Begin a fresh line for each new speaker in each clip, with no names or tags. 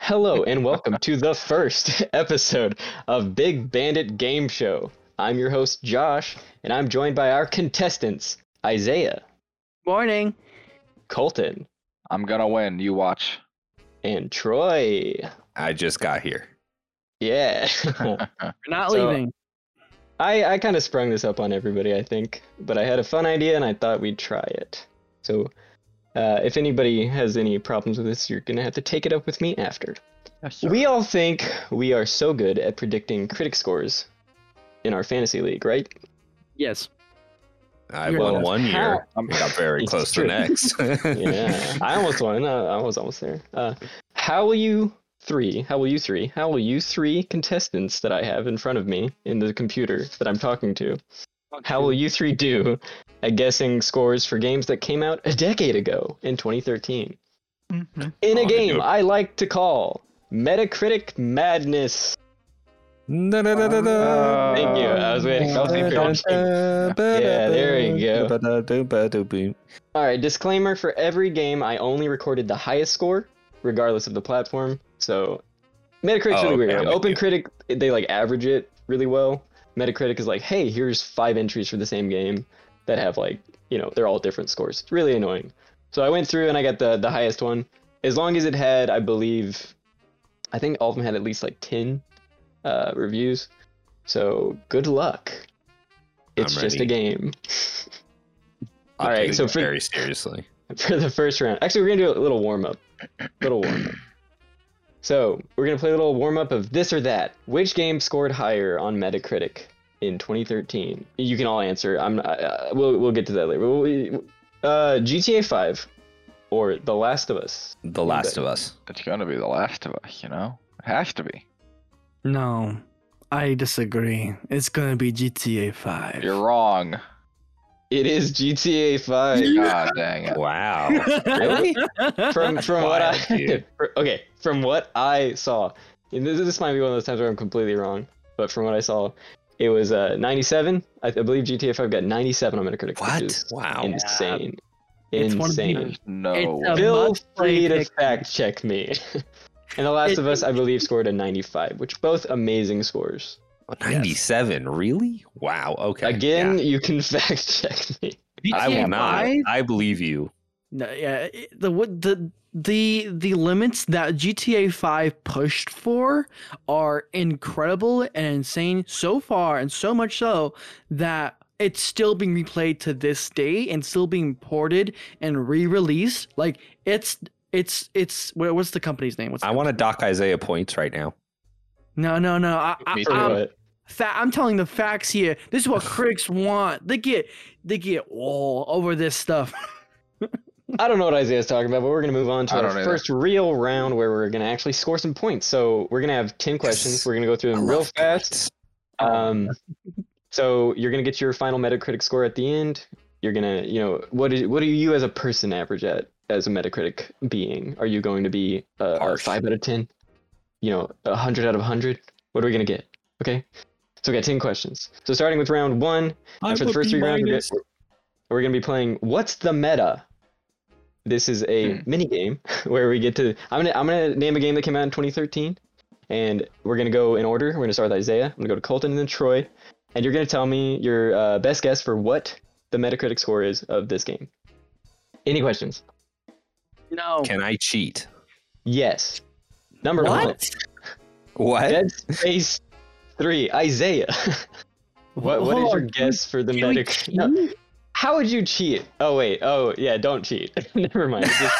Hello and welcome to the first episode of Big Bandit Game Show. I'm your host Josh, and I'm joined by our contestants Isaiah,
Morning.
Colton,
I'm gonna win. You watch.
and Troy.
I just got here.
Yeah,
We're not
So-
leaving.
I I kind of sprung this up on everybody, I think, but I had a fun idea and I thought we'd try it. So, uh, if anybody has any problems with this, you're gonna have to take it up with me after. We all think we are so good at predicting critic scores in our fantasy league, right?
Yes.
I
You're
won
welcome.
one year.
I'm-
I got very
It's
close
true.
to next.
yeah, I almost won. Uh, I was almost there. Uh, how will you three? How will you three? How will you three contestants that I have in front of me in the computer that I'm talking to? How will you three do at guessing scores for games that came out a decade ago in 2013? In
Oh,
a
I
game
do.
I like to call Metacritic Madness.
Da, da, da, da,
Uh,
da.
Thank you. I was waiting. I was waiting for
Da,
your
da, da,
Yeah, there you go.
da, da, da, da, da, da, boom.
All right, disclaimer for every game, I only recorded the highest score, regardless of the platform. So, Metacritic's
Oh,
really weird.
okay, I'm
Like,
with you.
OpenCritic, they like average it really well. Metacritic is like, hey, here's five entries for the same game that have like, you know, they're all different scores. It's really annoying. So I went through and I got the the highest one. As long as it had, I believe, I think all of them had at least like ten uh, reviews. So good luck. It's
I'm
just a
ready.
game.
I
All right,
take
so
it
for-
very seriously.
for the first round. Actually, we're gonna do a little warm up. Little warm up. So we're gonna play a little warm up of this or that. Which game scored higher on Metacritic in 2013? You can all answer. I'm. I- Uh, we'll we'll get to that later. We- Uh, GTA 5 or The Last of Us.
The Last of Us.
It's gonna be the last of us, you know. It has to be.
No, I disagree. It's gonna be GTA 5.
You're wrong.
It is GTA 5.
God dang it.
Wow. Really?
From from what
wild,
I
dude.
fr- okay from what I saw, and this, this might be one of those times where I'm completely wrong, but from what I saw, it was uh 97. I, I believe GTA 5 got 97 on Metacritic.
What?
Which is
Wow.
Insane.
It's one of the-
insane.
There's no
It's a-
way.
Feel
must
free to
pick.
fact check me. and The Last
It-
of Us, I believe, scored a 95, which both amazing scores.
97, really? Wow. Okay.
Again, you can fact check me.
yeah. I will not. I believe you.
No, yeah, it- the what the the the limits that GTA 5 pushed for are incredible and insane so far and so much so that it's still being replayed to this day and still being ported and re-released like it's it's it's what, what's the company's name what's
I
the-
want to dock Isaiah points right now.
no no no I, I,
Me too.
I'm,
But
fa- I'm telling the facts here this is what critics want they get they get all over this stuff
I don't know what Isaiah's talking about, but we're going to move on to
I
our
don't either.
first real round where we're going to actually score some points. So we're going to have 10 questions.
Yes.
We're going to go through
I
them real
love
fast.
points.
Um, so you're gonna get your final Metacritic score at the end. You're gonna, you know, what is what do you as a person average at as a Metacritic being? Are you going to be uh, a
Harsh.
five out of ten? You know, a hundred out of hundred? What are we gonna get? Okay, so we got ten questions. So starting with round one, and for the first three rounds, we're gonna- we're, gonna be playing what's the meta. This is a mini game where we get to. I'm gonna I'm gonna name a game that came out in 2013, and we're gonna go in order. We're gonna start with Isaiah. I'm gonna go to Colton and then Troy, and you're gonna tell me your uh, best guess for what the Metacritic score is of this game. Any questions?
no
Can I cheat?
Yes. Number one.
what
What?
Dead Space Three. Isaiah. what what is your guess for the Metacritic? No, How would you cheat? Oh wait. Oh yeah. Don't cheat. Never mind. Just-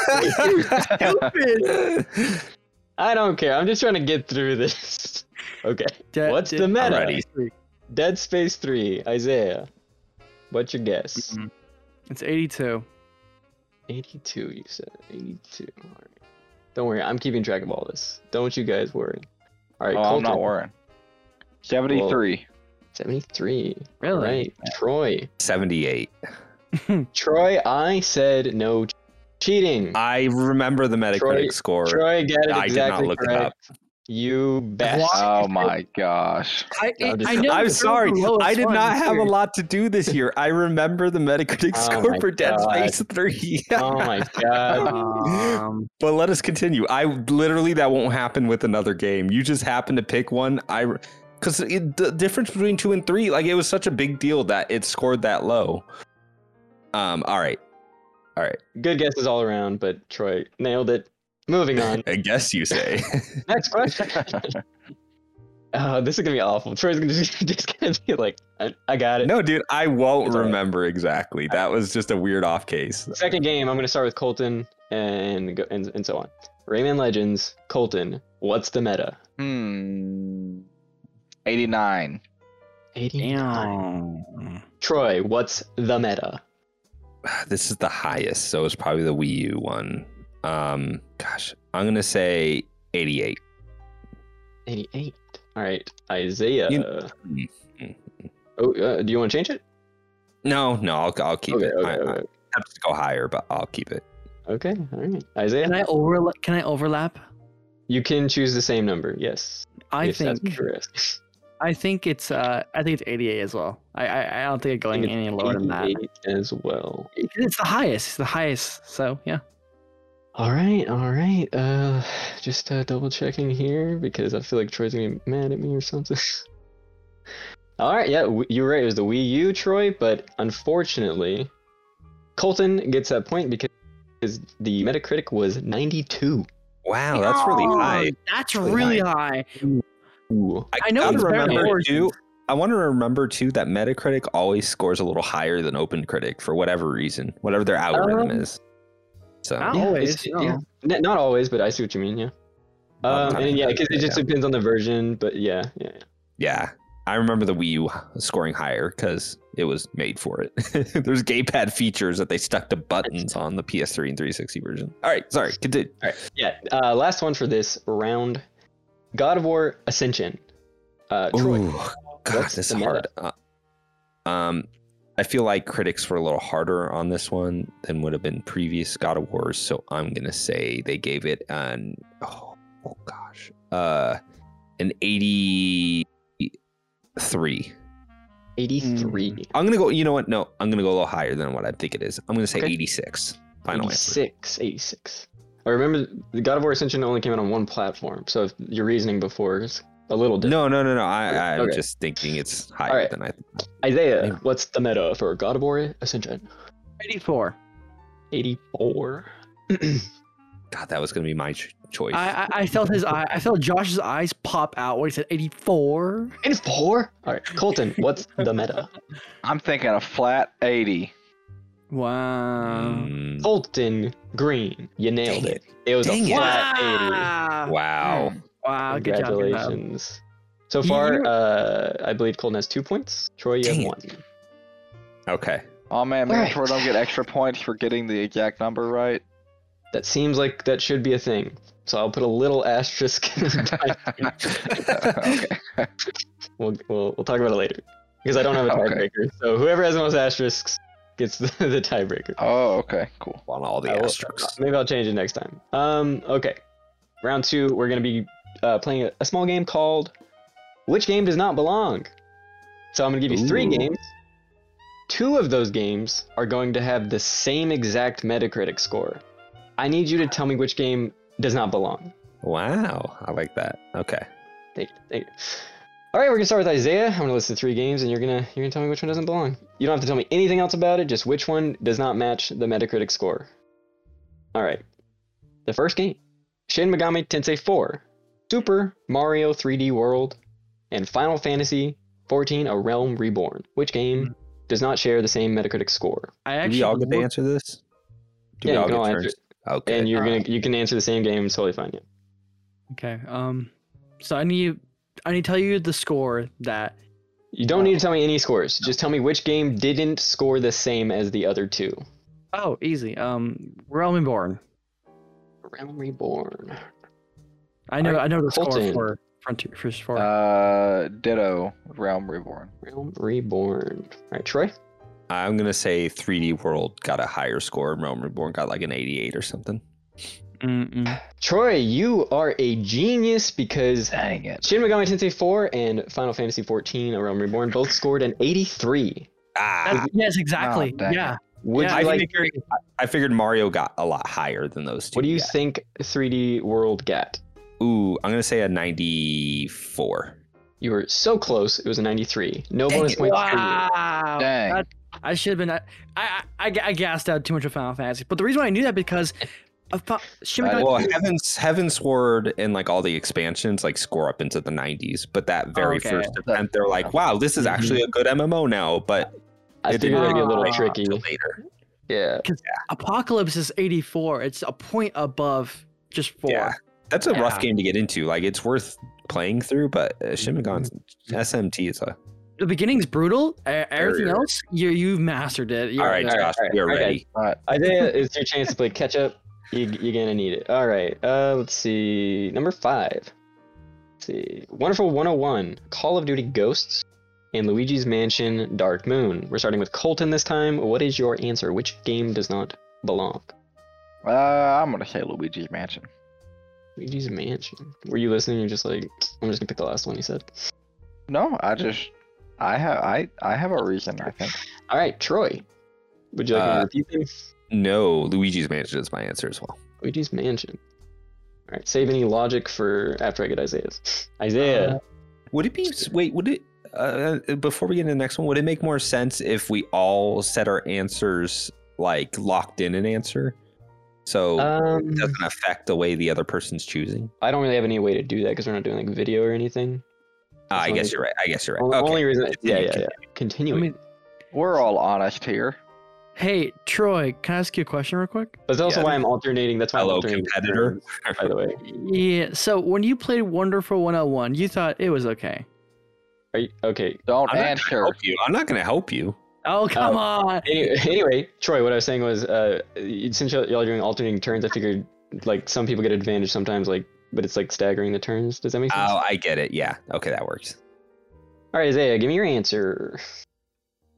I don't care. I'm just trying to get through this. Okay. What's the meta?
ready.
Dead Space 3, Isaiah. What's your guess?
Mhm. It's 82.
82, you said. 82. All right. Don't worry. I'm keeping track of all this. Don't you guys worry. All right.
Oh, I'm
Colton,
not worrying. Seventy-three.
73.
Really?
All right. Troy.
78.
Troy, I said no cheating.
I remember the Metacritic
Troy-
score.
Troy got it
I did not
exactly
look it
correct.
up.
You best.
Oh my gosh.
I,
Yeah,
I,
just-
I know
I'm
those are
sorry.
the lowest
I did not
ones
have a
here.
lot to do this year. I remember the Metacritic
Oh
score
my
for Dead
God.
Space 3.
Oh my god.
Um,
But let us continue. I literally that won't happen with another game. You just happen to pick one. I because the difference between two and three, like it was such a big deal that it scored that low. Um. All right.
Good guesses all around, but Troy nailed it. Moving on.
I guess you say.
Next question. Uh, this is gonna be awful. Troy's gonna just, just gonna be like, I, I got it.
no, dude. I won't
It's all right.
remember exactly. That was just a weird off case.
Second game, I'm gonna start with Colton and go, and and so on. Rayman Legends, Colton. What's the meta?
Hmm. 89.
Eighty nine.
damn.
Troy, what's the meta?
This is the highest, so it's probably the Wii U one. Um. Gosh, I'm gonna say 88.
Eighty eight. All right, Isaiah.
You-
Oh, uh, do you want to change it?
No, no, I'll, I'll keep
okay,
it.
okay,
I, I
okay.
have to go higher, but I'll keep it.
Okay, all right. Isaiah,
Can I overla- Can I overlap?
you can choose the same number. Yes.
I
if that's
think.
correct.
I think it's. Uh, I think it's 88 as well. I. I, I don't think it's
I
going
think it's
any lower than that.
88 as well.
It's the highest. It's the highest. So yeah.
All right, all right. Uh, just uh, double checking here because I feel like Troy's gonna be mad at me or something. all right, yeah, w- you were right. It was the Wii U, Troy, but unfortunately, Colton gets that point because the Metacritic was 92.
Wow, that's really
Oh,
high.
That's
Really
really high.
Ooh.
I know
gotta
it's better than
remember
ours.
too. I want to remember too that Metacritic always scores a little higher than OpenCritic for whatever reason, whatever their algorithm
Um,
is. So
Not
Yeah,
always.
it's- yeah. N- not always, but I see what you mean. Yeah. Um, and yeah, because it just depends on the version, but yeah, yeah. yeah.
yeah, I remember the Wii U scoring higher because it was made for it. There's gamepad features that they stuck to buttons on the PS3 and 360 version. All right, sorry, continue.
Yeah, uh, last one for this round. God of War Ascension. Uh, Troy.
Ooh, God,
what's
this
the
is
meta?
hard. Uh, um, I feel like critics were a little harder on this one than would have been previous God of Wars, so I'm gonna say they gave it an oh, oh gosh, uh, an 83.
83.
I'm gonna go. You know what? No, I'm gonna go a little higher than what I think it is. I'm gonna say
Okay.
86. Final answer.
86. 86. I remember the God of War Ascension only came out on one platform, so if your reasoning before is a little different.
No, no, no, no. I, I'm
Okay.
just thinking it's higher
right.
than I.
Isaiah,
Maybe.
what's the meta for God of War Ascension?
84.
84.
God, that was gonna be my ch- choice.
I, I I felt his eye. I felt Josh's eyes pop out when he said 84.
84? All right, Colton, what's the meta?
I'm thinking a flat 80.
Wow.
Mm,
Colton Green, you nailed
Dang
it. It, was
Dang
a
it.
flat 80.
wow.
Wow. Good job. Good job.
Congratulations. So
You-
far,
you-
uh, I believe Colton has two points. Troy, you
Dang
have
it.
one.
Okay.
Oh man, make
Alright.
sure I don't get extra points for getting the exact number right.
That seems like that should be a thing. So I'll put a little asterisk. by-
okay.
we'll, we'll, we'll talk about it later because I don't have a
Okay.
tiebreaker. So whoever has the most asterisks gets the, the tiebreaker.
Oh, okay, cool.
on all the
I will-
asterisks.
Maybe I'll change it next time. Um, okay. Round two, we're gonna be uh, playing a, a small game called "Which Game Does Not Belong." So I'm gonna give you three
Ooh.
games. Two of those games are going to have the same exact Metacritic score. I need you to tell me which game does not belong.
Wow, I like that. Okay.
Thank you. Thank you. All right, we're gonna start with Isaiah. I'm gonna list the three games, and you're gonna you're gonna tell me which one doesn't belong. You don't have to tell me anything else about it. Just which one does not match the Metacritic score. All right. The first game: Shin Megami Tensei 4, Super Mario 3D World, and Final Fantasy 14: A Realm Reborn. Which game does not share the same Metacritic score?
I
Do
actually.
we all get to
looked-
answer this? Do
Yeah,
we
you
all
can
get
all answer
turns?
it.
Okay.
And you're gonna you can answer the same game. It's totally fine. Yeah.
Okay. Um. So I need. I need to tell you the score that.
You don't need to tell me any scores. Just tell me which game didn't score the same as the other two.
Oh, easy. Um, Realm Reborn.
Realm Reborn.
I know. I know the
Colton.
score for Frontier for, for
Uh, ditto. Realm Reborn.
Realm Reborn. All right, Troy.
I'm gonna say 3D World got a higher score. Realm Reborn got like an 88 or something.
Mm-mm.
Troy, you are a genius because
Dang it.
Shin Megami Tensei 4 and Final Fantasy 14: A Realm Reborn both scored an 83.
Ah,
That's- yes, exactly.
dang it.
yeah.
Would
Yeah,
you
I
like?
figured, I figured Mario got a lot higher than those two.
What do you
yeah.
think 3D World got?
Ooh, I'm gonna say a 94.
You were so close. It was a 93. No
Dang
bonus
it.
points. for you.
Oh,
Wow.
Dang.
That- I should have been. I, I I I gassed out too much of Final Fantasy, but the reason why I knew that because, I thought, Shin
Right.
Megami-
Well, Heaven's Heaven's Sword and like all the expansions like score up into the 90s, but that
Oh,
very
Okay.
first attempt, they're like, wow, this is actually a good MMO now, but
Mm-hmm. I
it
figured it'd be a
Ah.
little
play out
tricky.
till later.
Yeah.
Apocalypse is eighty four. It's a point above just four.
Yeah, that's a rough
Yeah.
game to get into. Like, it's worth playing through, but uh,
Mm-hmm.
Shimigan's SMT is a
The beginning's brutal. e- Everything
Barrier.
else, you you've mastered it. You're
all right,
all right,
Josh,
all right,
we are
okay.
ready.
Isaiah, it's your chance to play catch up. You, you're gonna need it. All right. Uh, let's see. Number 5 Let's see. Wonderful 101. Call of Duty Ghosts and Luigi's Mansion Dark Moon. We're starting with Colton this time. What is your answer? Which game does not belong?
Uh, I'm gonna say Luigi's Mansion.
Luigi's Mansion. Were you listening? You're just like, I'm just gonna pick the last one he said.
No, I just, I have, I, I have a reason. I think.
All right, Troy. Would you like me to
Uh,
repeat them?
No, Luigi's Mansion is my answer as well.
Luigi's Mansion. All right. Save any logic for after I get Isaiah's. Isaiah.
Would it be wait? Would it uh, before we get into the next one? Would it make more sense if we all set our answers like locked in an answer, so
um,
it doesn't affect the way the other person's choosing?
I don't really have any way to do that because we're not doing like video or anything.
Ah, I
That's
guess
only-
you're right. I guess you're right.
Only,
okay.
only reason, yeah, yeah, yeah.
I
Continuing.
mean,
We're all honest here.
hey Troy, can I ask you a question real quick?
That's also
yeah.
why I'm alternating. That's why I'm
Hello,
alternating.
competitor.
terms, By the way,
Yeah. So when you played Wonderful One Hundred One, you thought it was okay.
are you okay?
Don't
I'm not
answer.
gonna help you. I'm not gonna help you.
Oh come on.
Anyway, anyway, Troy, what I was saying was, uh, y- since y'all y'all are doing alternating turns, I figured like some people get advantage sometimes, like, but it's like staggering the turns. Does that make sense?
Oh, I get it. Yeah. Okay, that works.
All right, Isaiah, give me your answer.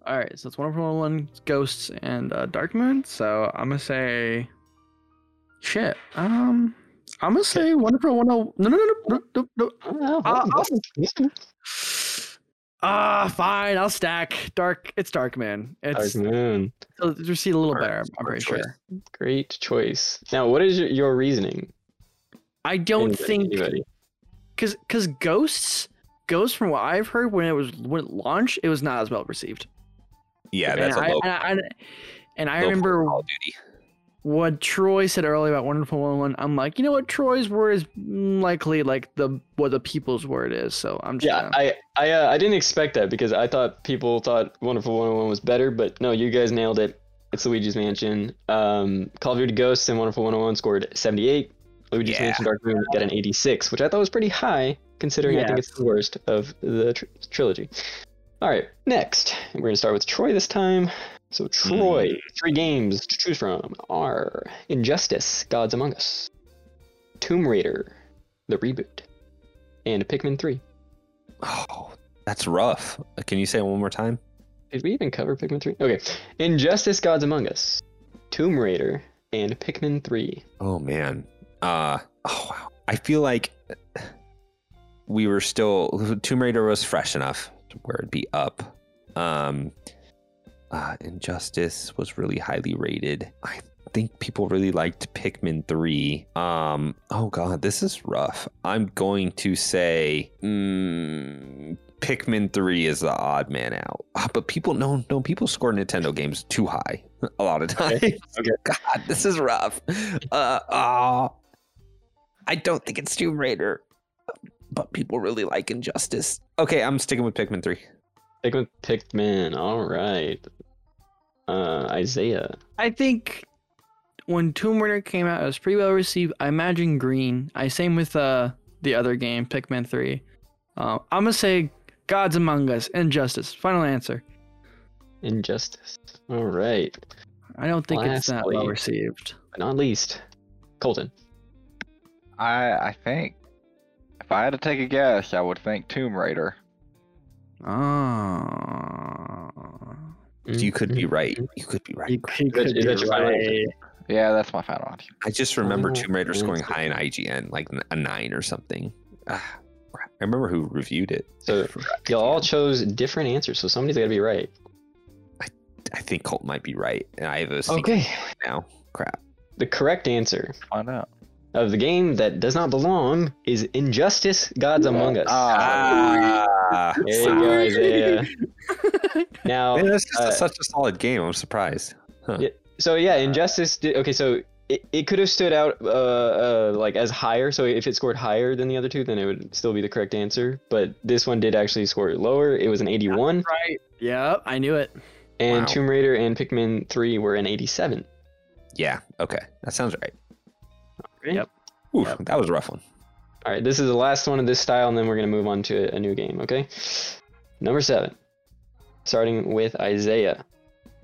All right. So it's Wonderful One Hundred One, Ghosts, and uh, Dark Moon. So I'm gonna say, shit. Um, I'm gonna say Wonderful One Hundred. No, no, no, no, no, no.
Oh,
Uh,
that's- that's-
Ah, fine. I'll stack dark. It's dark, man. It's
Dark Moon.
you'll you'll see a little
Smart-
better. I'm- I'm
smart
pretty
choice.
sure.
Great choice. Now, what is your, your reasoning?
I don't
Anybody-
think
anybody?
because because ghosts ghosts from what I've heard when it was when it launched, it was not as well received.
Yeah, that's a
and I
low.
and I, and- and I
low
remember
Call of Duty.
what Troy said earlier about Wonderful One One. I'm like, you know what? Troy's word is likely like the what the people's word is. So I'm just
Yeah,
gonna-
I I, uh, I didn't expect that because I thought people thought Wonderful 101 was better, but no, you guys nailed it. It's Luigi's Mansion. Um, Call of Duty Ghosts and Wonderful 101 scored 78. Luigi's
Yeah.
Mansion Dark Moon got an 86, which I thought was pretty high considering I think it's the worst of the tr- trilogy. All right, next we're gonna start with Troy this time. So Troy,
Hmm.
three games to choose from are Injustice: Gods Among Us, Tomb Raider, the reboot, and Pikmin 3.
Oh, that's rough. Can you say it one more time?
Did we even cover Pikmin 3? Okay. Injustice Gods Among Us, Tomb Raider, and Pikmin 3.
Oh man. Uh oh wow. I feel like we were still Tomb Raider was fresh enough to where it'd be up. Um uh Injustice was really highly rated. I think people really liked Pikmin 3. Um oh god, this is rough. I'm going to say mm, Pikmin 3 is the odd man out. Ah, but people no no people score Nintendo games too high a lot of times.
okay.
God, this is rough. Uh, oh, I don't think it's Tomb Raider, but people really like Injustice. Okay, I'm sticking with Pikmin 3.
Pikmin, Pikmin. All right. Uh, Isaiah.
I think when Tomb Raider came out, it was pretty well received. I imagine Green. I same with uh the other game, Pikmin Three. Um, I'm gonna say Gods Among Us, Injustice. Final answer.
Injustice. All right.
I don't think it's that well
Lastly.
received.
But not least, Colton.
I, I think. If I had to take a guess, I would think Tomb Raider.
Oh. Ah.
You could be right. You could be right.
He, he
that-
Mm-hmm.
could
is
be
that your final
right.
answer?
Yeah, that's my final answer.
I just remember
Oh,
Tomb Raider
really?
scoring high in IGN, like n- a nine or something. Ah, crap. I remember who reviewed it.
So y'all all chose different answers, so somebody's got to be right.
I think Colt might be right, and I have a okay.
Okay.
now. Crap.
The correct answer
Find out.
of the game that does not belong is Injustice: Gods Among Us.
Ah.
Ah,
there you go, Isaiah. now,
Man, that's just
uh,
a, such a solid game. I'm surprised.
So yeah, Injustice. Did, okay, so it, it could have stood out uh, uh like as higher. So if it scored higher than the other two, then it would still be the correct answer. But this one did actually score lower. It was an 81,
Right. Yep, I knew it.
and
Wow.
Tomb Raider and Pikmin 3 were an 87.
Yeah. Okay. That sounds right.
Right.
Yep.
Oof, That was a rough one.
All right, this is the last one of this style, and then we're gonna move on to a new game. Okay, number seven, starting with Isaiah.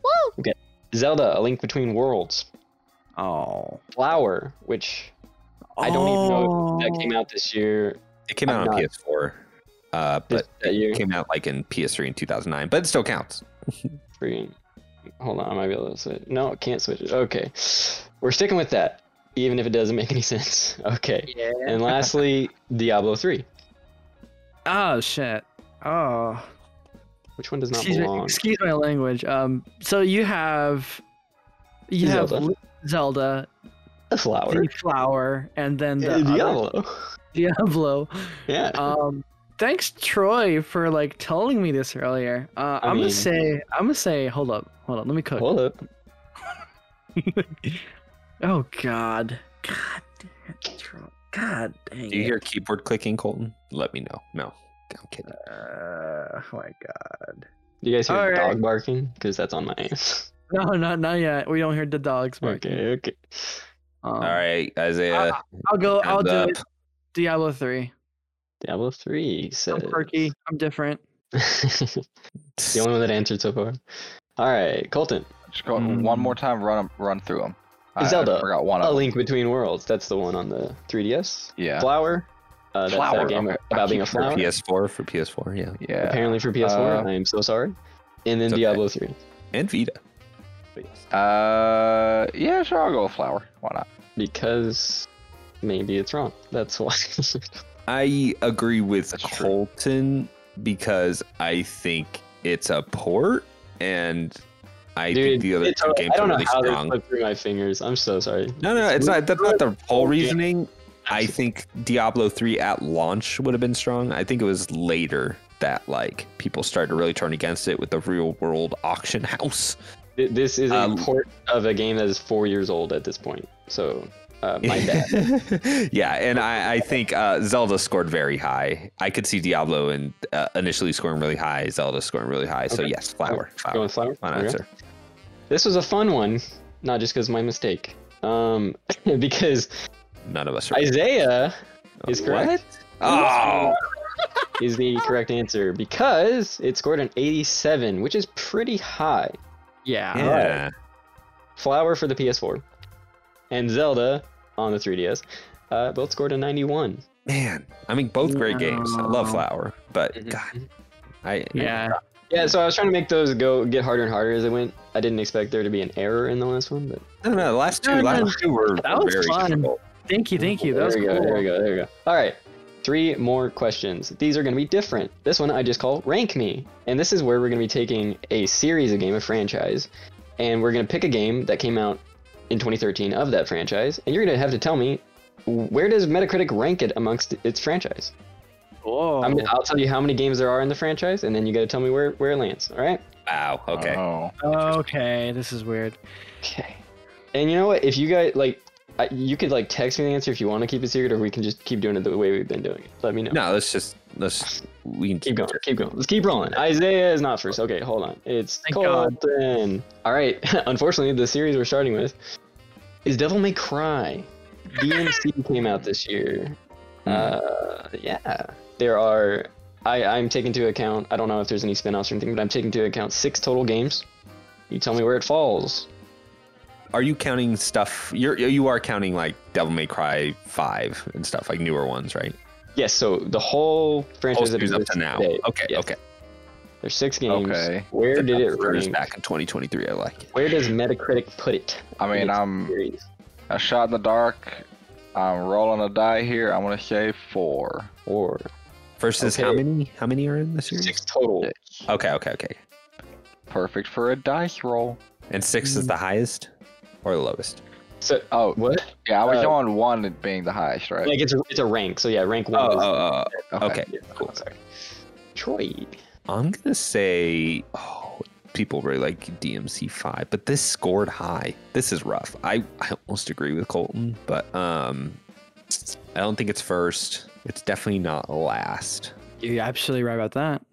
Woo! Okay, Zelda: A Link Between Worlds.
Oh.
Flower, which I don't even know that
Oh.
came out this year.
It came out
I'm
on
not-
PS4, uh,
This,
but
that year.
it came out like in PS3 in 2009, but it still counts.
Freaking. Hold on, I might be able to switch. No, can't switch it. Okay. We're sticking with that, even if it doesn't make any sense. Okay.
Yeah.
And lastly, Diablo 3.
Oh shit. Oh.
Which one does not
Excuse me.
belong?
Excuse my language. Um. So you have, you have
Zelda.
Li- Zelda,
The flower.
the flower, and then the
Eh,
other-
Diablo.
Diablo.
Yeah.
Um. Thanks, Troy, for like telling me this earlier. Uh,
I
I'm
mean-
gonna say. I'm gonna say. Hold up. Hold up. Let me cook.
Hold up.
Oh God. God. Dang it, Troy. God dang
Do you
it.
hear keyboard clicking, Colton? Let me know. No, I'm kidding.
Oh.
Uh, oh my God.
You guys hear
All right.
dog barking? Because that's on my end.
No, not not yet. We don't hear the dogs barking.
okay, okay.
Um,
All right, Isaiah.
Ah.
I'll go. I'll
time's
do
up.
it. Diablo three.
Diablo 3
I'm
says.
quirky. I'm different.
the only one that answered so far. All right, Colton.
Just go one
Mm.
more time. Run 'em- run through them. I,
Hmm. Zelda.
I forgot one
A
of them.
Link Between Worlds. That's the one on the 3DS.
Yeah.
Flower. Uh, that's
Flower,
that game
okay. I
about being
keep
a
forgetting.
flower.
PS4 for PS4, yeah,
Yeah.
apparently for PS4.
Uh,
I am so sorry. And then
It's okay.
Diablo 3.
and Vita.
Uh. Yeah. Sure. I'll go with flower. Why not?
Because maybe it's wrong. That's why.
I agree with
That's true.
Colton because I think it's a port, and I think the other
it's
two
all-
games
I
are
don't know
really
how
strong.
they slipped through my fingers. I'm so sorry.
No, no, it's not. That's not the whole
Yeah.
reasoning. I think Diablo 3 at launch would have been strong. I think it was later that like people started to really turn against it with the real world auction house.
Th- This is a
Um,
port of a game that is four years old at this point. So, uh, my bad.
yeah, and I, I think uh, Zelda scored very high. I could see Diablo and uh, initially scoring really high, Zelda scoring really high. So
Okay.
yes, flower,
Going
flower,
with Flower?
my
Okay.
answer.
This was a fun one, not just because my mistake. Um, because
None of us are.
Isaiah is correct.
What? Oh,
is the correct answer because it scored an 87, which is pretty high.
Yeah.
yeah.
Flower for the PS4 and Zelda on the 3DS uh, both scored a 91.
Man, I mean, both great games. I love
No.
Flower, but God, I
Yeah.
Yeah, so I was trying to make those go get harder and harder as it went. I didn't expect there to be an error in the last one, but
No, no, the last two,
No, no,
last two were,
that
were
was
very
fun.
difficult.
Thank you. Thank you. That
there
was
we
cool.
go. There we go. There we go. All right. Three more questions. These are going to be different. This one I just call Rank Me. And this is where we're going to be taking a series, a game, a franchise, and we're going to pick a game that came out in 2013 of that franchise. And you're going to have to tell me where does Metacritic rank it amongst its franchise?
Whoa.
I'm, I'll tell you how many games there are in the franchise, and then you got to tell me where, where it lands. All right?
Wow. Okay.
Uh,
Oh.
okay. This is weird.
Okay. And you know what? If you guys, like, I, you could, like, text me the answer if you want to keep it secret, or we can just keep doing it the way we've been doing it. Let me know.
No, let's just let's we can
Keep going. Keep going. Let's keep rolling. Isaiah is not first. Okay, hold on. It's
Thank
Colton. All right. Unfortunately, the series we're starting with is Devil May Cry. DMC came out this year.
Hmm.
Uh, yeah. There are. I, I'm taking into account. I don't know if there's any spin-offs or anything, but I'm taking into account six total games. You tell me where it falls.
Are you counting stuff? You're you are counting like Devil May Cry five and stuff like newer ones, right?
Yes. So the whole
Whole
franchise that
series up
exists
to now.
today.
Okay.
Yes.
Okay.
There's six games.
Okay.
Where did it
First
rank?
back in 2023. I like it.
Where does Metacritic put it?
I
in
mean,
its
I'm
series?
a shot in the dark. I'm rolling a die here. I'm gonna say four.
Or
Versus how
Okay.
many? How many are in the series?
six total.
Okay, okay, okay.
Perfect for a dice roll.
And six
Mm.
is the highest or the lowest?
So
Oh
what?
yeah, I was
Uh,
on one it being the highest, right?
Like it's a, it's a rank. So yeah, rank one.
Oh,
is-
oh, oh, okay.
yeah,
cool.
Sorry. Troy.
I'm gonna say oh, people really like DMC five, but this scored high. This is rough. I, I almost agree with Colton, but um, I don't think it's first. It's definitely not last.
You're absolutely right about that.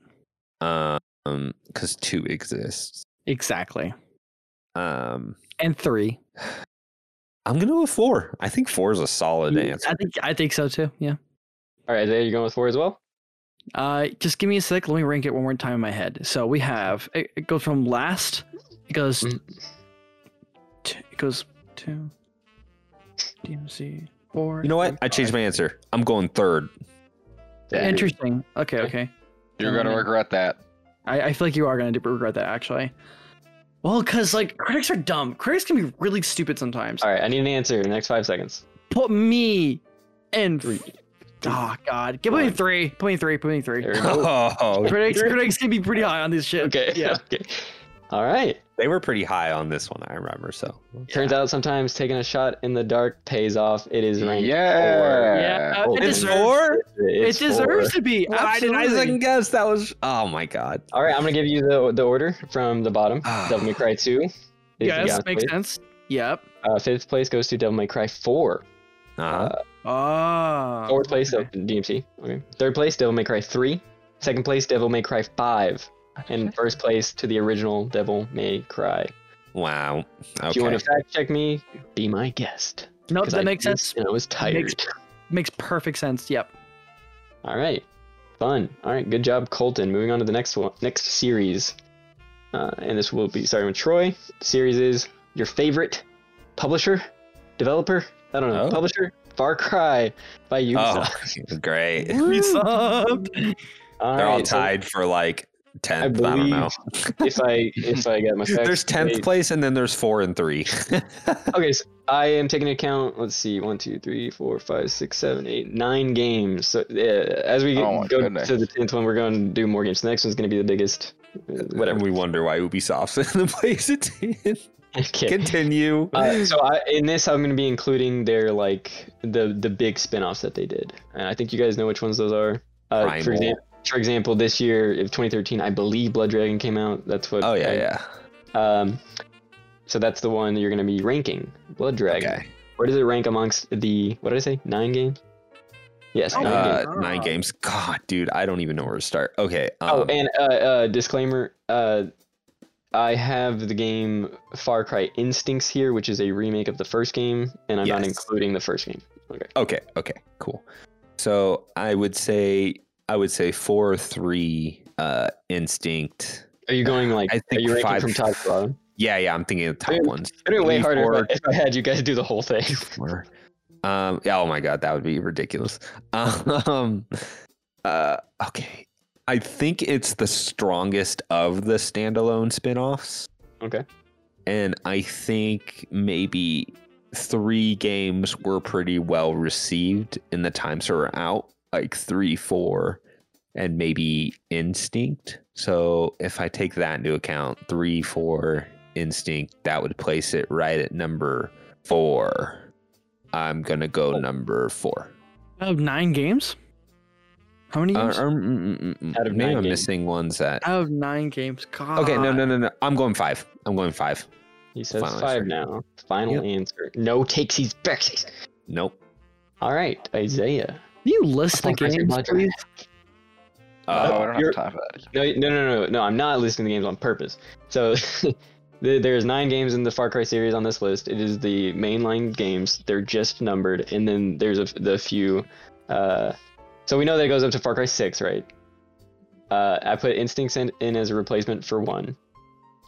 Um, because two exists.
Exactly.
Um,
And three.
I'm gonna go with four. I think four is a solid answer.
I think I think so too. Yeah.
All right, there you going with four as well.
Uh, just give me a sec. Let me rank it one more time in my head. So we have it, it goes from last. It goes.
Mm.
T- it goes two. DMC four.
You know what? I changed my answer. I'm going third.
There you go.
Interesting. Okay. Okay.
You're gonna
Mm-hmm.
um,
regret that.
I, I feel like you are gonna do- regret that actually. Well, because like critics are dumb. Critics can be really stupid sometimes.
All right, I need an answer in the next five seconds.
Put me in.
Three.
Oh God! Give me
One.
three. Put me in three. Put me in three.
There we go.
Oh,
Critics, critics can be pretty high on this shit.
Okay.
Yeah.
okay. All right.
they were pretty high on this one. I remember. So
Turns out sometimes taking a shot in the dark pays off. It is ranked
Yeah.
Yeah.
Oh,
it
it's
deserves.
four.
four. It's
it deserves
four.
to be.
Why did I
absolutely.
second guess? That was oh my god.
All right, I'm gonna give you the the order from the bottom. Devil May Cry Two. is the
Yes,
God's
makes
Place.
sense. Yep.
Uh, fifth place goes to Devil May Cry Four.
Uh-huh.
Ah.
Fourth place
okay.
of DMC. Okay. Third place Devil May Cry Three. Second place Devil May Cry Five. And first place to the original Devil May Cry.
Wow. Okay.
If you want to fact check me, be my guest.
Nope,
'Cause
that
I
makes
did-
sense.
And I was tired.
Makes- Makes perfect sense. Yep.
All right, fun. All right, good job, Colton. Moving on to the next one, next series, uh, and this will be starting with Troy. The series is your favorite publisher, developer. I don't know,
Oh.
publisher. Far Cry by Ubisoft.
oh, great.
Ubisoft.
All
They're all
right, so
tied for like
I
tenth. I, don't
believe,
know.
if I if I got my facts
There's tenth
right-
place, and then there's four and three.
Okay, so I am taking into account. Let's see, one, two, three, four, five, six, seven, eight, nine games. So uh, as we
Oh my
go
goodness.
to the tenth one, we're going to do more games. The next one's going to be the biggest. uh, Whatever.
And we wonder why Ubisoft's in the place it is.
Okay.
Continue.
Uh, so I, in this, I'm going to be including their like the the big spin-offs that they did, and I think you guys know which ones those are. Uh, for,
Primal.
example, for example, this year of 2013, I believe Blood Dragon came out. That's what.
oh yeah,
I-
yeah.
Um, so that's the one that you're going to be ranking Blood Dragon.
Okay.
Where does it rank amongst the what did I say? Nine games. Yes.
Oh,
nine
my
games.
Uh,
God.
nine games. God, dude, I don't even know where to start. Okay. Um,
Oh, and uh, uh, disclaimer. Uh, I have the game Far Cry Instincts here, which is a remake of the first game, and I'm not
Yes.
including the first game.
Okay, okay, cool. So I would say I would say four or three uh instinct.
Are you going like?
I
are
think
you ranking
five-
from top to bottom?
Yeah, yeah, I'm thinking of the top
Dude,
ones.
It'd be way
Three,
harder
four,
if I, if I had you guys do the whole thing.
four. Um yeah, oh my god, that would be ridiculous. Um uh okay. I think it's the strongest of the standalone spin-offs.
Okay.
And I think maybe three games were pretty well received in the times that were out, like three, four, and maybe Instinct. So if I take that into account, three, four, Instinct, that would place it right at number four. I'm gonna go
Oh.
number four.
Out of nine games. How many
Uh,
games?
or- mm, mm, mm,
Out of
maybe
nine
I'm
games.
missing ones that.
Out of nine games. God.
Okay, no, no, no, no. I'm going five. I'm going five.
He says
Final
five
answer.
now. Final
Yep.
answer. No takesies, backsies.
Nope.
All right, Isaiah.
Can you list the
Far Cry
games,
Blood
please?
Dragon.
oh,
Uh,
I don't
you're-
have time for that.
No, no, no, no, no. I'm not listing the games on purpose. So there- there's nine games in the Far Cry series on this list. It is the mainline games. They're just numbered, and then there's a, the few. Uh, so we know that it goes up to Far Cry Six, right? Uh, I put Instincts in, in as a replacement for one.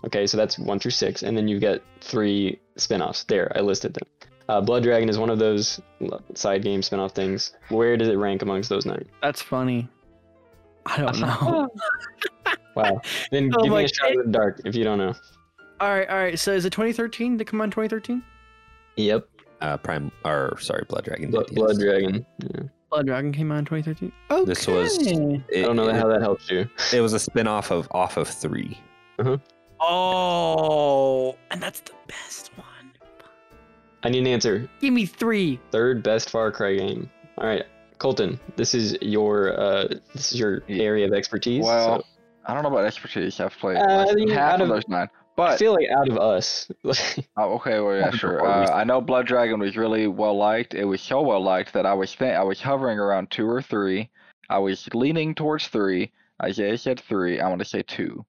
Okay, so that's one through six, and then you've got three spin-offs. There, I listed them. Uh, Blood Dragon is one of those l- side game spin-off things. Where does it rank amongst those nine?
That's funny. I don't know.
Wow. Then
Oh
give
my-
me a shot in the dark if you don't know.
All right, all right. So is it 2013? Did it come on 2013?
Yep.
Uh, Prime or sorry, Blood Dragon.
Blood,
did, yes.
Blood Dragon. Yeah.
Blood Dragon came out in 2013. Okay.
This was- It,
I don't know
it,
how that helps you.
it was a spin off of Off of Three.
Oh, and that's the best one.
I need an answer.
Give me three.
Third best Far Cry game. All right, Colton, this is your uh, this is your
Yeah.
area of expertise.
Well,
so-
I don't know about expertise. I've played
Uh,
less
I
than
mean,
half
out
of
of-
those nine.
I
But
feel like out of us, like,
oh, okay, well, yeah,
Probably
sure.
before we-
Uh, I know Blood Dragon was really well liked. It was so well liked that I was th- I was hovering around two or three. I was leaning towards three. Isaiah said three. I want to say two.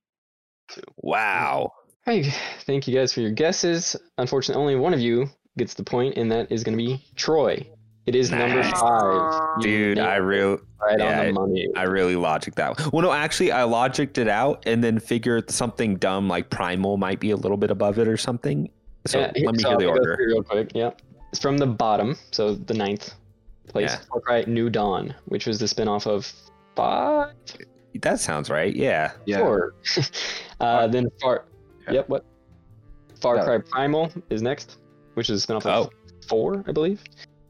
Wow.
hey, thank you guys for your guesses. Unfortunately, only one of you gets the point, and that is going to be Troy. It is number
Nice.
five. You
Dude,
nailed
I
it
really
right
yeah,
on the money.
I really logic that. one. Well, no, actually, I logicked it out and then figured something dumb like primal might be a little bit above it or something. So
Yeah, here-
let me
so
hear the
I'll go
order.
through Real quick, yep. It's from the bottom, so the ninth place.
Yeah.
Far Cry New Dawn, which was the spin-off of five,
That sounds right. Yeah.
Sure. uh, then Far.
Yeah.
Yep. What? Far
No.
Cry Primal is next, which is a spinoff of
Oh.
four, I believe.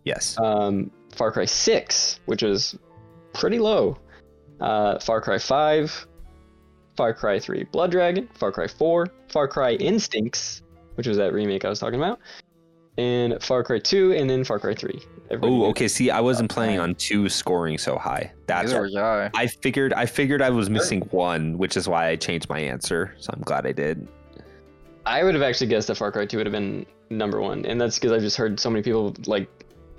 Yes.
Um, Far Cry Six, which is pretty low. Uh, Far Cry Five, Far Cry Three, Blood Dragon, Far Cry Four, Far Cry Instincts, which was that remake I was talking about, and Far Cry Two, and then Far Cry Three. Everybody
Oh,
knew-
okay. See, I wasn't planning
fine.
on two scoring so high. That's
Neither was I.
I figured I figured I was missing one, which is why I changed my answer. So I'm glad I did.
I would have actually guessed that Far Cry Two would have been number one, and that's because I've just heard so many people like,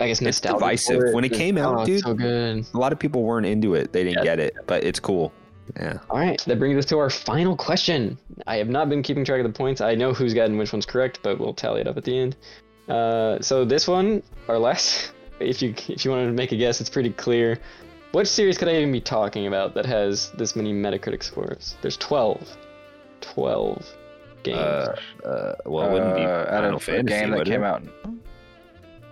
I guess, nostalgia. for
divisive. When it
It's-
came out,
oh, it's
dude.
so good.
A lot of people weren't into it. They didn't
Yeah.
get it, but it's cool. Yeah.
All right, that brings us to our final question. I have not been keeping track of the points. I know who's gotten which one's correct, but we'll tally it up at the end. Uh, so this one, our last, if you if you wanted to make a guess, it's pretty clear. What series could I even be talking about that has this many Metacritic scores? There's 12. 12 games.
Uh, uh, well, it wouldn't be
Uh, out
Final
of a
Fantasy.
game that
would
came
it?
out.
I do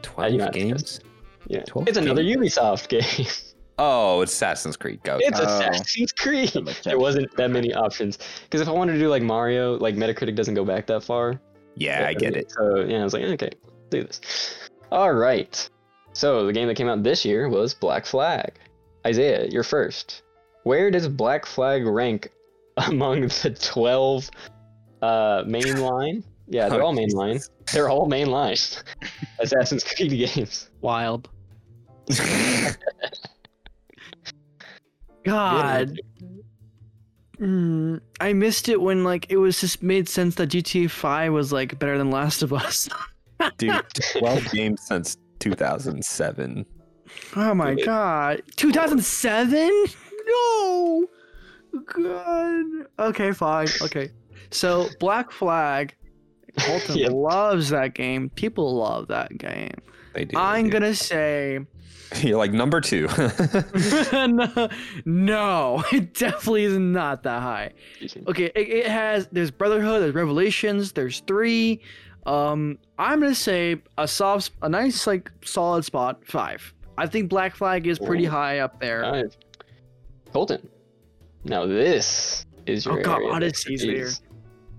Twelve
not guess.
games.
yeah.
12
It's another Ubisoft game.
Oh, it's Assassin's Creed. Go.
It's
Oh.
Assassin's Creed.
I'm a
There wasn't that many options. Because if I wanted to do like Mario, like Metacritic doesn't go back that far.
yeah, I get it.
So yeah, I was like, okay, let's do this. All right. So the game that came out this year was Black Flag. Isaiah, you're first. Where does Black Flag rank among the twelve uh, mainline? Yeah, they're
Oh,
all mainline.
Jesus.
They're all mainline Assassin's Creed games.
Wild. God. Mm, I missed it when like it was just made sense that GTA 5 was like better than Last of Us.
Dude, 12 games since 2007.
Oh my
Good.
god. 2007? No. God. Okay, fine. Okay. So, Black Flag, Colton
Yeah.
loves that game. People love that game.
They do.
I'm
they do.
going to say
You're like number two.
no, no, it definitely is not that high. Okay, it, it has there's Brotherhood, there's Revelations, there's three. Um, I'm gonna say a soft, a nice like solid spot five. I think Black Flag is pretty
Ooh.
high up there.
All right. Colton. Now this is
Oh,
your
God,
area of
Odyssey's there.
expertise.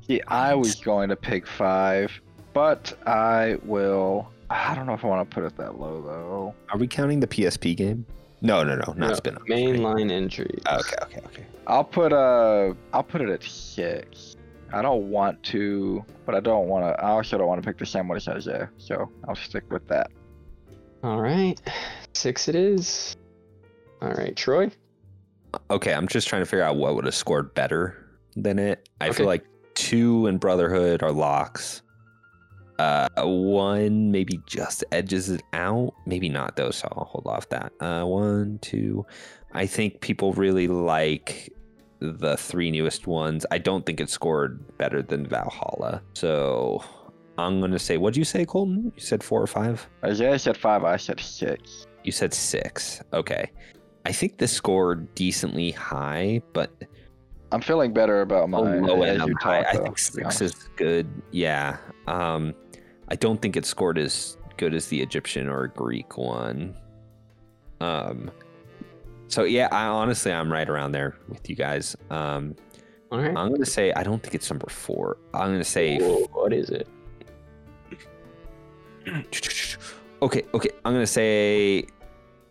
Yeah, I was going to pick five, but I will. I don't know if I want to put it that low though.
Are we counting the PSP game? No, no, no, not
No,
spin-off. right?
Mainline entry.
Okay, okay, okay.
I'll put uh, I'll put it at six. I don't want to, but I don't want to. I also don't want to pick the same one as Isaiah, so I'll stick with that.
All right, six it is. All right, Troy.
Okay, I'm just trying to figure out what would have scored better than it. I
Okay.
feel like two and Brotherhood are locks. Uh, one maybe just edges it out. Maybe not though, so I'll hold off that. Uh, one, two. I think people really like the three newest ones. I don't think it scored better than Valhalla. So I'm gonna say, what'd you say, Colton? You said four or five?
Isaiah said five. I said six.
You said six. Okay. I think this scored decently high, but
I'm feeling better about
Oh,
mine
low
as
end.
you
I'm high.
talk.
I
though,
think
to be
six
honest.
is good. Yeah. Um, I don't think it scored as good as the Egyptian or Greek one. Um, so yeah, I honestly I'm right around there with you guys. Um,
All right.
I'm gonna say I don't think it's number four. I'm gonna say
Whoa, what is it?
okay, okay. I'm gonna say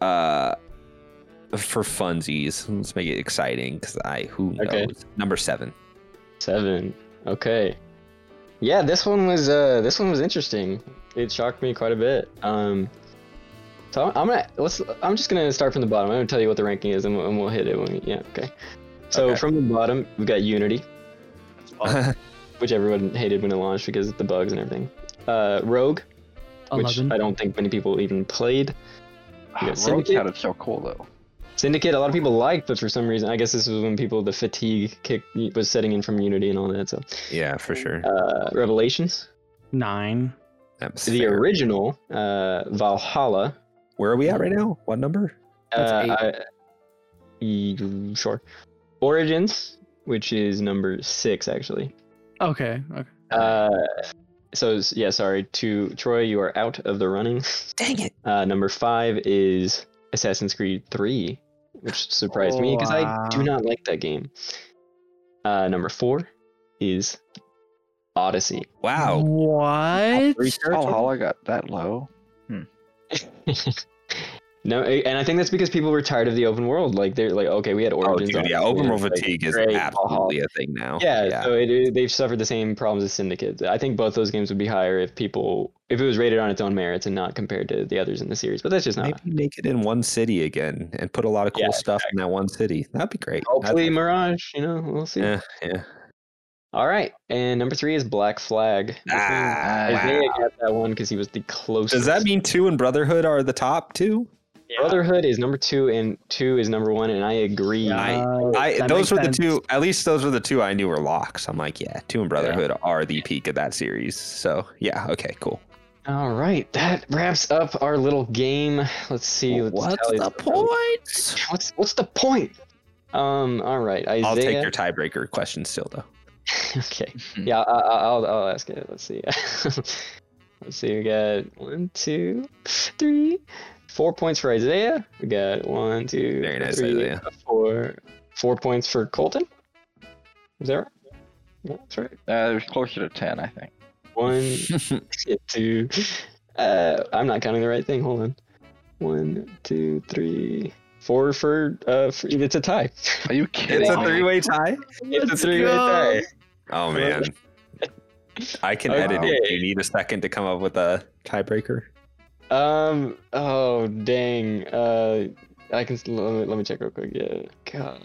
uh for funsies. Let's make it exciting because I who knows.
Okay.
Number seven.
Seven. Okay. Yeah, this one was uh this one was interesting. It shocked me quite a bit. Um so I'm- I'm gonna let's I'm just gonna start from the bottom. I'm gonna tell you what the ranking is and we'll, and we'll hit it when we, yeah, okay. So
Okay.
from the bottom we've got Unity, which everyone hated when it launched because of the bugs and everything. Uh Rogue,
Eleven.
which I don't think many people even played.
Ah, Rogue
Syndicate?
sounded so cool though.
Syndicate, a lot of people liked, but for some reason I guess this was when people the fatigue kick was setting in from Unity and all that, so
yeah, for sure.
uh Revelations.
Nine.
That's
the
fair.
original uh, Valhalla.
Where are we at right now? What number?
That's
uh,
eight.
I- y- sure. Origins, which is number six actually.
Okay. Okay.
Uh, so s- yeah, sorry to Troy, you are out of the running.
Dang it!
Uh, number five is Assassin's Creed Three, which surprised me because I do
Wow.
not like that game. Uh, number four is Odyssey.
Wow.
What?
Valhalla Oh, got that low.
no, a- and I think that's because people were tired of the open world. Like they're like, okay, we had
Oh,
origins.
dude, yeah,
obviously,
open
and
world
it's, like,
fatigue is
great,
absolutely a thing now.
Yeah, so it, it- they've suffered the same problems as Syndicate. I think both those games would be higher if people, if it was rated on its own merits and not compared to the others in the series. But that's just not.
Maybe make it in one city again and put a lot of cool
Yeah,
stuff in that one city. That'd be great. I'd
Hopefully,
like-
Mirage. You know, we'll see.
yeah, yeah.
All right, and number three is Black Flag.
Ah,
Isaiah
wow.
got that one because he was the closest.
Does that mean two and Brotherhood are the top two?
Brotherhood is number two and two is number one? And I agree.
I-
Uh,
I
that makes
those were
sense.
the two. At least those were the two I knew were locks. I'm like, yeah, two and Brotherhood are the peak of that series. So yeah, okay, cool.
All right, that wraps up our little game. Let's see. let's tally this up.
point?
What's what's the point? Um. All right, Isaiah.
I'll take your tiebreaker question still, though.
okay.
Mm.
Yeah, I, I, I'll I'll ask it. Let's see. Let's see. We got one, two, three, four points for Isaiah. We got one, two,
Very nice,
three,
Isaiah.
four, four points for Colton. Is that right? Yeah, that's right.
Uh, it was closer to ten, I think.
One, two. Uh, I'm not counting the right thing. Hold on. One, two, three, four for uh. For, it's a tie.
Are you kidding?
it's a
me?
three-way tie.
It's a
Let's
three-way tie.
go.
Oh man, I can edit it. Do You need a second to come up with a tiebreaker.
Um. Oh dang. Uh, I can. Let me, let me check real quick. Yeah. God.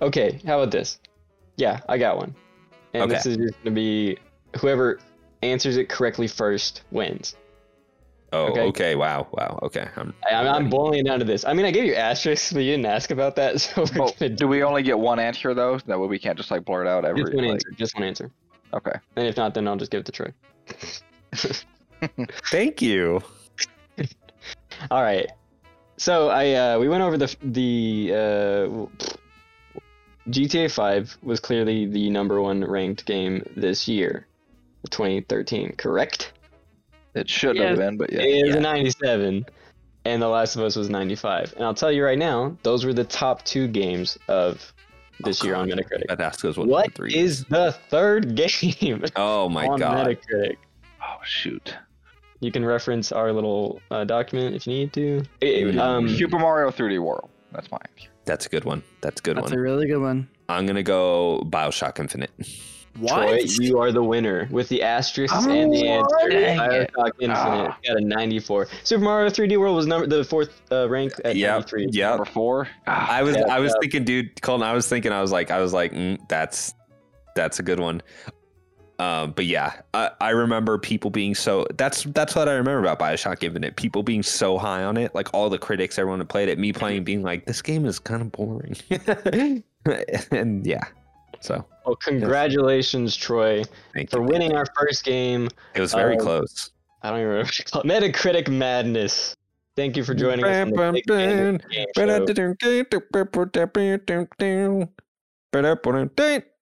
Okay. How about this? Yeah, I got one. And
Okay.
this is just gonna be whoever answers it correctly first wins.
Oh, okay.
Okay.
Wow. Wow. Okay. I'm,
I, I'm, I'm boiling it down to this. I mean, I gave you asterisks, but you didn't ask about that, so we're
Well,
gonna
Oh, do we only get one answer though? That way we can't just like blurt out every.
just one
like-
answer. Just one answer.
okay.
And if not, then I'll just give it to Troy.
Thank you.
All right. So I uh, we went over the the uh, GTA 5 was clearly the number one ranked game this year, 2013. Correct?
It should
Yeah.
have been, but yeah.
it is
yeah.
a 97, and The Last of Us was 95. And I'll tell you right now, those were the top two games of this
Oh,
year on
God.
Metacritic.
That asks us what,
What
number three
is the third game
Oh my
on
god.
Metacritic?
Oh shoot.
You can reference our little uh, document if you need to. It-
Mhm.
um,
Super Mario 3D World. That's my answer.
That's a good one. That's a good
That's
one.
a really good one.
I'm gonna go Bioshock Infinite.
Troy, you are the winner with the asterisks and the answer.
Oh, Dang it.
Bioshock Infinite
Ah.
got a 94. Super Mario 3D World was number the fourth uh, rank at
Yep.
93.
Yep.
Number four. Ah,
I was
Yeah,
I was thinking, dude, Colton. I was thinking, I was like, I was like, mm, that's that's a good one. Um, but yeah, I, I remember people being so that's that's what I remember about Bioshock Infinite. People being so high on it, like all the critics, everyone who played it, me playing, being like, this game is kind of boring. and yeah, so
Well, congratulations, Troy,
thank
for
you.
winning our first game.
It was very
um,
close.
I don't even remember what it's called. Metacritic Madness. Thank you for joining us. On the Big Game Show.
But I didn't get to-